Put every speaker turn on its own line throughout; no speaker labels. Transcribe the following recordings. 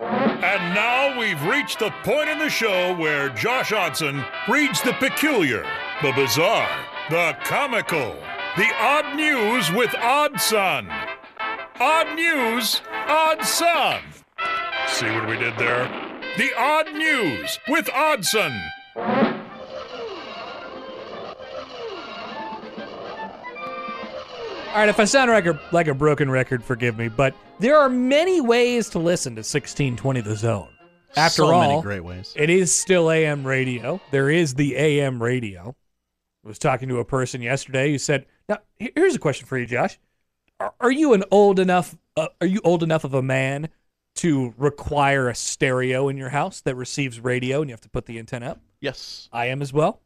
And now we've reached the point in the show where Josh Odson reads the peculiar, the bizarre, the comical, the odd news with Odson. Odd news, Odson. See what we did there? The odd news with Odson.
All right, if I sound like a, like a broken record, forgive me, but there are many ways to listen to 1620 The Zone. After
so
all,
many great ways.
it is still AM radio. There is the AM radio. I was talking to a person yesterday who said, "Now, he- here's a question for you, Josh. Are, are you an old enough? Uh, are you old enough of a man to require a stereo in your house that receives radio, and you have to put the antenna up?"
Yes,
I am as well.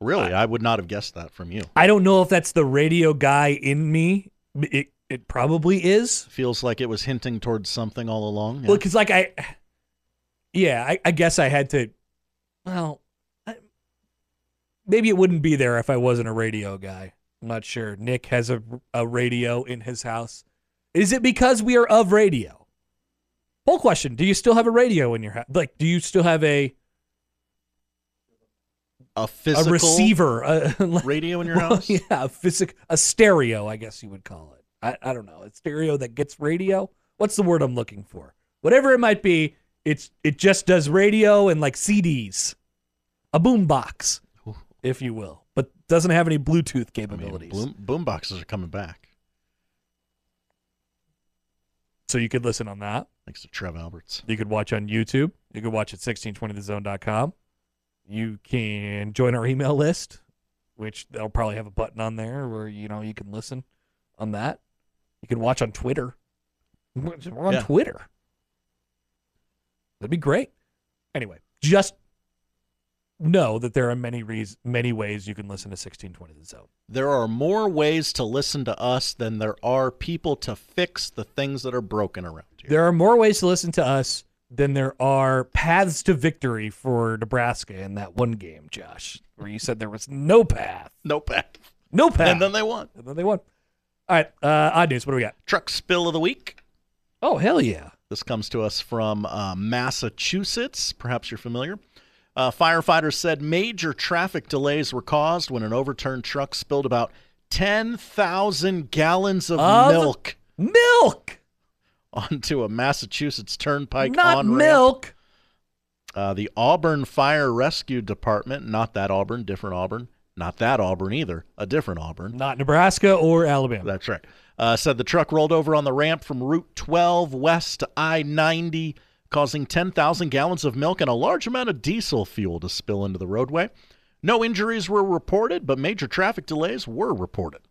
really, I would not have guessed that from you.
I don't know if that's the radio guy in me. It it probably is.
Feels like it was hinting towards something all along. yeah.
Well, 'cause like I, yeah, I, I guess I had to. Well, I, maybe it wouldn't be there if I wasn't a radio guy. I'm not sure. Nick has a a radio in his house. Is it because we are of radio? Whole question: Do you still have a radio in your house? Like, do you still have a
a physical
a receiver? A, like-
radio in your
well,
house.
yeah, a physic a stereo, I guess you would call it. I, I don't know. A stereo that gets radio. What's the word I'm looking for? Whatever it might be, it's it just does radio and like CDs. A boom box, if you will. But doesn't have any Bluetooth
I mean,
capabilities.
boom, boom boxes are coming back.
so you could listen on that.
Thanks to Trev Alberts.
You could watch on YouTube. You could watch at 1620thezone.com. You can join our email list, which they'll probably have a button on there where you know you can listen on that. You can watch on Twitter. We're we're on
Yeah.
Twitter. That'd be great. Anyway, just know that there are many reasons, many ways you can listen to 1620 the zone.
There are more ways to listen to us than there are people to fix the things that are broken around here.
There are more ways to listen to us than there are paths to victory for Nebraska in that one game, Josh, where you said there was no path.
no pack.
No path.
And then they won.
And then they won. All right. Uh, odd news. What do we got?
Truck spill of the week.
Oh, hell yeah.
This comes to us from uh, Massachusetts. Perhaps you're familiar. Uh, firefighters said major traffic delays were caused when an overturned truck spilled about 10,000 gallons of
Of-
milk
Milk.
onto a Massachusetts Turnpike
not
on
milk.
Uh, the Auburn Fire Rescue Department, not that Auburn, different Auburn, not that Auburn either, a different Auburn.
Not Nebraska or Alabama.
That's right. Uh, said the truck rolled over on the ramp from Route 12 west to I 90, causing 10,000 gallons of milk and a large amount of diesel fuel to spill into the roadway. No injuries were reported, but major traffic delays were reported.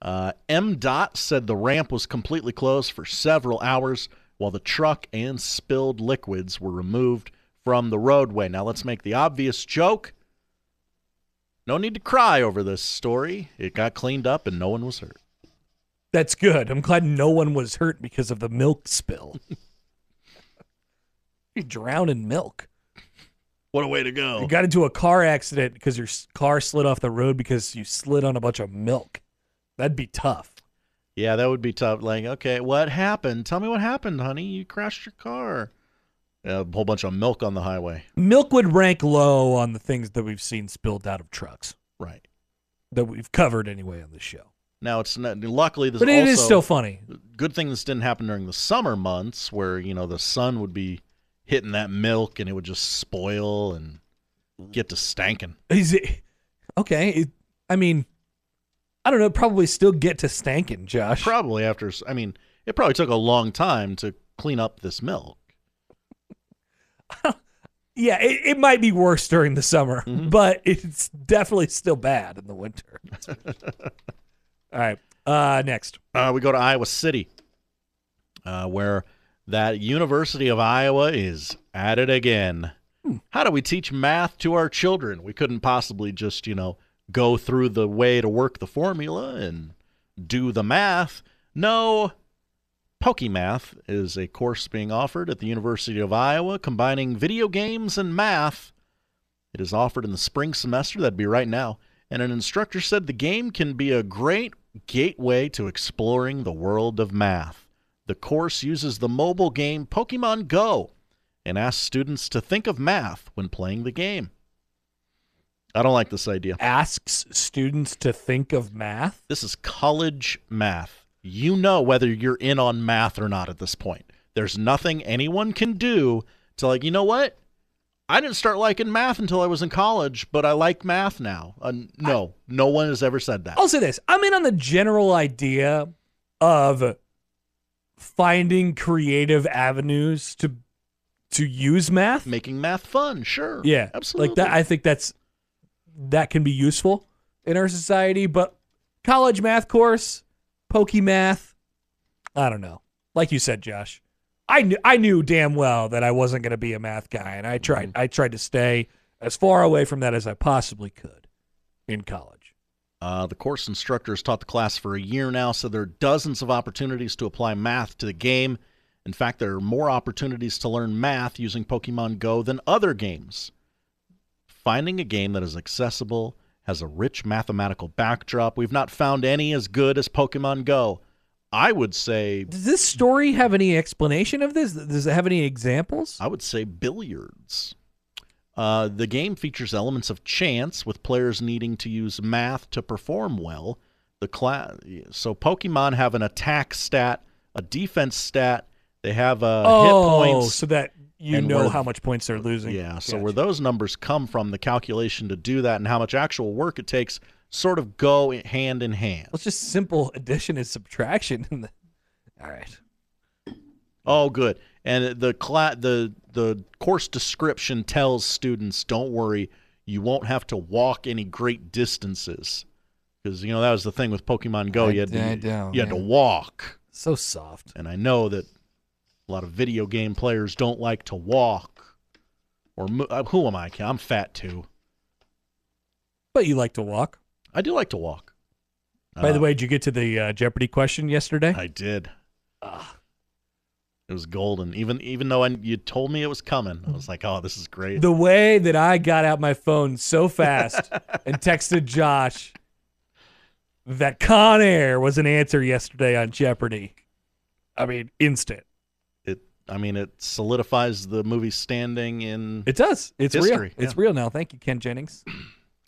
Uh, MDOT said the ramp was completely closed for several hours while the truck and spilled liquids were removed from the roadway. Now, let's make the obvious joke. No need to cry over this story. It got cleaned up and no one was hurt.
That's good. I'm glad no one was hurt because of the milk spill. you drown in milk.
What a way to go.
You got into a car accident because your s- car slid off the road because you slid on a bunch of milk. That'd be tough.
yeah, that would be tough. Like, okay, what happened? Tell me what happened, honey. You crashed your car. A whole bunch of milk on the highway.
Milk would rank low on the things that we've seen spilled out of trucks
Right.
that we've covered anyway on the show.
Now it's not luckily this
But
also
it is still funny.
good thing this didn't happen during the summer months where, you know, the sun would be hitting that milk and it would just spoil and get to stankin'.
Is it okay? It, I mean, I don't know. Probably still get to stankin', Josh.
Probably after s- I mean, it probably took a long time to clean up this milk.
yeah, it, it might be worse during the summer, but it's definitely still bad in the winter. All right. Uh, next.
Uh, we go to Iowa City. uh, where that University of Iowa is at it again. How do we teach math to our children? We couldn't possibly just, you know, go through the way to work the formula and do the math. No, PokeMath is a course being offered at the University of Iowa combining video games and math. It is offered in the spring semester, that'd be right now. And an instructor said the game can be a great gateway to exploring the world of math. The course uses the mobile game Pokemon Go and asks students to think of math when playing the game. I don't like this idea.
Asks students to think of math.
This is college math. You know whether you're in on math or not at this point. There's nothing anyone can do to, like, you know what? I didn't start liking math until I was in college, but I like math now. Uh, no, no one has ever said that.
I'll say this. I'm in on the general idea of finding creative avenues to to use math.
Making math fun, sure.
yeah.
absolutely.
Like that I think that's that can be useful in our society, but college math course, pokey math, I don't know. Like you said, Josh. I knew I knew damn well that I wasn't going to be a math guy and I
Mm-hmm.
tried I tried to stay as far away from that as I possibly could in college.
Uh, the course instructor has taught the class for a year now, so there are dozens of opportunities to apply math to the game. In fact, there are more opportunities to learn math using Pokemon Go than other games. Finding a game that is accessible, has a rich mathematical backdrop, we've not found any as good as Pokemon Go. I would say,
Does this story have any explanation of this? Does it have any examples?
I would say billiards. Uh, the game features elements of chance, with players needing to use math to perform well. The class, so Pokemon have an attack stat, a defense stat. They have uh, hit points.
Oh, so that you
and
know
where-
how much points they're losing.
yeah. So
Gotcha.
where those numbers come from, the calculation to do that, and how much actual work it takes, sort of go hand in hand.
Well, it's just simple addition and subtraction. in the- All right.
Oh, good. And the cla- the the course description tells students, don't worry, you won't have to walk any great distances, because you know that was the thing with Pokemon Go.
I-
you had to,
I don't,
you had to
yeah.
walk,
So soft.
and I know that a lot of video game players don't like to walk. Or mo- uh, who am I? I'm fat too.
But you like to walk.
I do like to walk.
By the
Uh,
way, did you get to the uh, Jeopardy question yesterday?
I did.
Ah.
It was golden. Even even though I, you told me it was coming, I was like, oh, this is great.
the way that I got out my phone so fast and texted Josh that Con Air was an answer yesterday on Jeopardy. I mean, instant.
it I mean it solidifies the movie's standing in
It does. It's real.
History,
It's
yeah.
real now. Thank you, Ken Jennings.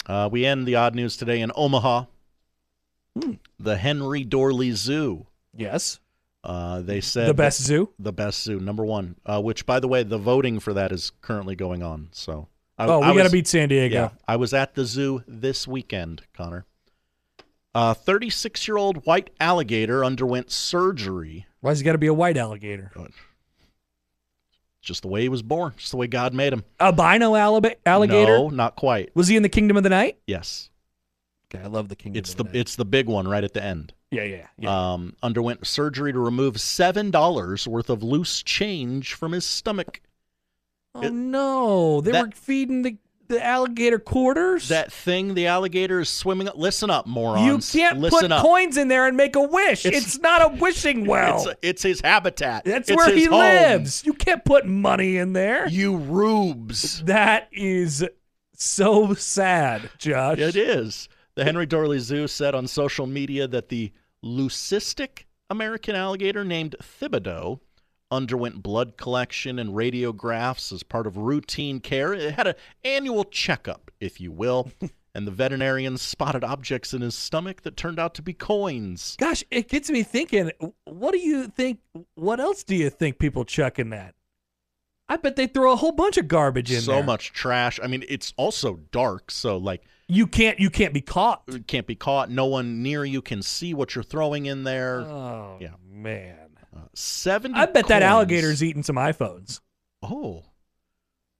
uh, we end the odd news today in Omaha.
Hmm.
The Henry Dorley Zoo.
Yes.
Uh, they said
the best zoo.
the best zoo, number one. Uh, which by the way, the voting for that is currently going on. So I,
oh, we
I
got to
was-
beat San Diego.
Yeah, I was at the zoo this weekend, Connor. A 36 year old white alligator underwent surgery.
Why's it got to be a white alligator?
Just the way he was born, just the way God made him.
Albino alliba- alligator?
No, not quite.
Was he in the Kingdom of the Night?
Yes,
Okay, I love the Kingdom
it's
of
the
Night.
it's the big one right at the end.
yeah, yeah, yeah.
um, underwent surgery to remove seven dollars worth of loose change from his stomach.
oh,
it-
no. They were
that-
feeding the, the alligator quarters?
That thing the alligator is swimming. Listen up,
you
morons.
can't
Listen
put
up.
coins in there and make a wish. It's,
It's-
not a wishing well.
It's, it's his habitat.
That's
It's
where
his
he
home.
lives. You can't put money in there.
You rubes.
that is so sad, Josh.
It is. The Henry Dorley Zoo said on social media that the leucistic American alligator named Thibodeau underwent blood collection and radiographs as part of routine care. It had an annual checkup, if you will, and the veterinarians spotted objects in his stomach that turned out to be coins.
Gosh, it gets me thinking. What do you think? What else do you think people chuck in that? I bet they throw a whole bunch of garbage in
So
there.
much trash. I mean, it's also dark, so like
You can't. You can't be caught.
it can't be caught. No one near you can see what you're throwing in there.
Oh
Yeah.
man!
Uh, Seventy.
I bet that
coins.
alligator's eating some iPhones.
Oh.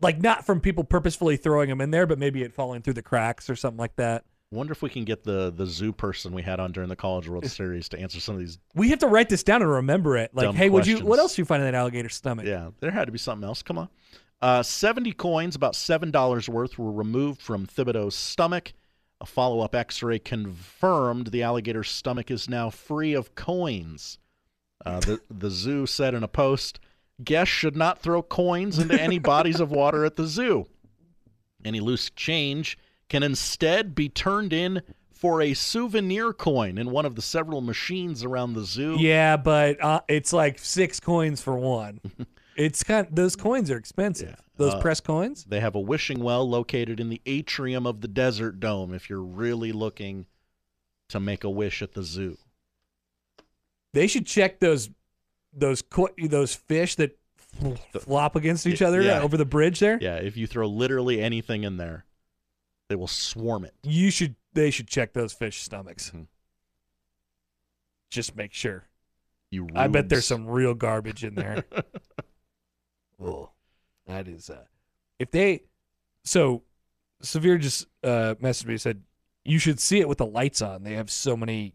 Like not from people purposefully throwing them in there, but maybe it falling through the cracks or something like that.
Wonder if we can get the the zoo person we had on during the College World Series to answer some of these.
We have to write this down and remember it. Like,
Dumb
hey, would you? What
questions.
else do you find in that alligator's stomach?
Yeah, there had to be something else. Come on. Uh, 70 coins, about $7 worth, were removed from Thibodeau's stomach. A follow up x ray confirmed the alligator's stomach is now free of coins. Uh, the, the zoo said in a post guests should not throw coins into any bodies of water at the zoo. Any loose change can instead be turned in for a souvenir coin in one of the several machines around the zoo.
Yeah, but uh, it's like six coins for one. it's kind. Those coins are expensive. Those
Uh,
press coins.
They have a wishing well located in the atrium of the desert dome if you're really looking to make a wish at the zoo.
They should check those those co- those fish that fl- flop against each other
yeah.
over the bridge there.
Yeah, if you throw literally anything in there, they will swarm it.
You should. They should check those fish stomachs.
Mhm.
Just make sure.
You
I bet there's
rubes.
some real garbage in there. oh, that is. Uh, if they, so, Severe just uh, messaged me and said, "You should see it with the lights on. They have so many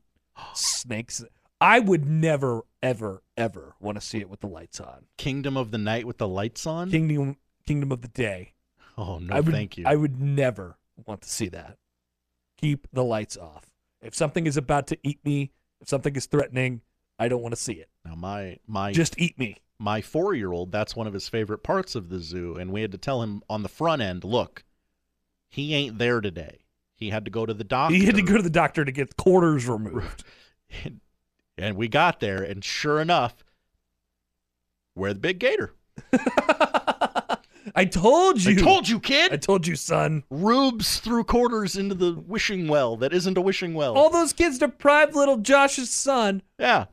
snakes. I would never, ever, ever want to see it with the lights on.
Kingdom of the Night with the lights on.
Kingdom, Kingdom of the Day.
oh no,
I would,
thank you.
I would never want to see that. Keep the lights off. If something is about to eat me, if something is threatening, I don't want to see it.
now my my
Just eat me."
my four year old, that's one of his favorite parts of the zoo, and we had to tell him on the front end, look, he ain't there today. He had to go to the doctor.
He had to go to the doctor to get quarters removed.
And, and we got there, and sure enough, we're the big gator.
I told you.
I told you,
I
kid.
told you, son.
Rubes threw quarters into the wishing well that isn't a wishing well.
All those kids deprived little Josh's son
yeah.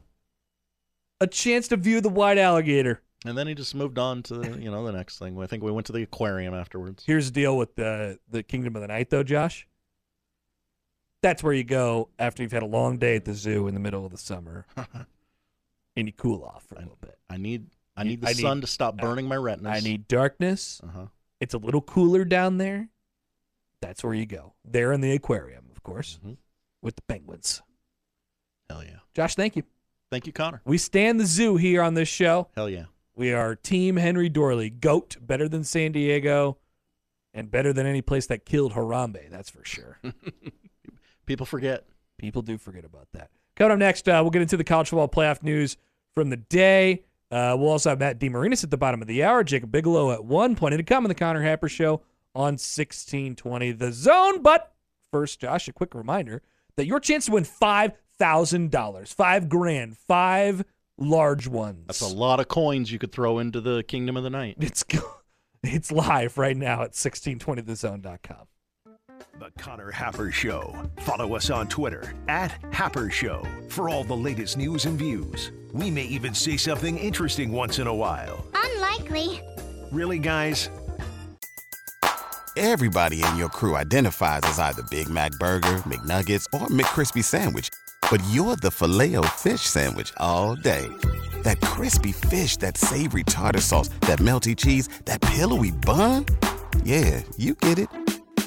a chance to view the white alligator.
And then he just moved on to the, you know the next thing. I think we went to the aquarium afterwards.
Here's the deal with the the Kingdom of the Night, though, Josh. That's where you go after you've had a long day at the zoo in the middle of the summer, and you cool off for a little bit.
I need I
You-
need the
I need-
sun to stop burning my retinas.
I need darkness.
Uh huh.
It's a little cooler down there. That's where you go. There in the aquarium, of course,
Mhm.
with the penguins.
Hell yeah.
Josh, thank you.
Thank you, Connor.
We stand the zoo here on this show.
Hell yeah.
We are Team Henry Dorley, GOAT, better than San Diego, and better than any place that killed Harambe, that's for sure.
People forget.
People do forget about that. Coming up next, uh, we'll get into the college football playoff news from the day. Uh, we'll also have Matt DeMarinis at the bottom of the hour, Jacob Bigelow at one point. to come on the Connor Happer Show on 1620 The Zone. But first, Josh, a quick reminder that your chance to win $5,000, five grand, five large ones.
That's a lot of coins you could throw into the kingdom of the night.
It's go- it's live right now at 1620thezone.com.
The Connor Happer Show. Follow us on Twitter at Happer Show for all the latest news and views. We may even say something interesting once in a while.
Unlikely.
Really, guys?
Everybody in your crew identifies as either Big Mac Burger, McNuggets, or McCrispy Sandwich. But you're the filet fish Sandwich all day. That crispy fish, that savory tartar sauce, that melty cheese, that pillowy bun. Yeah, you get it.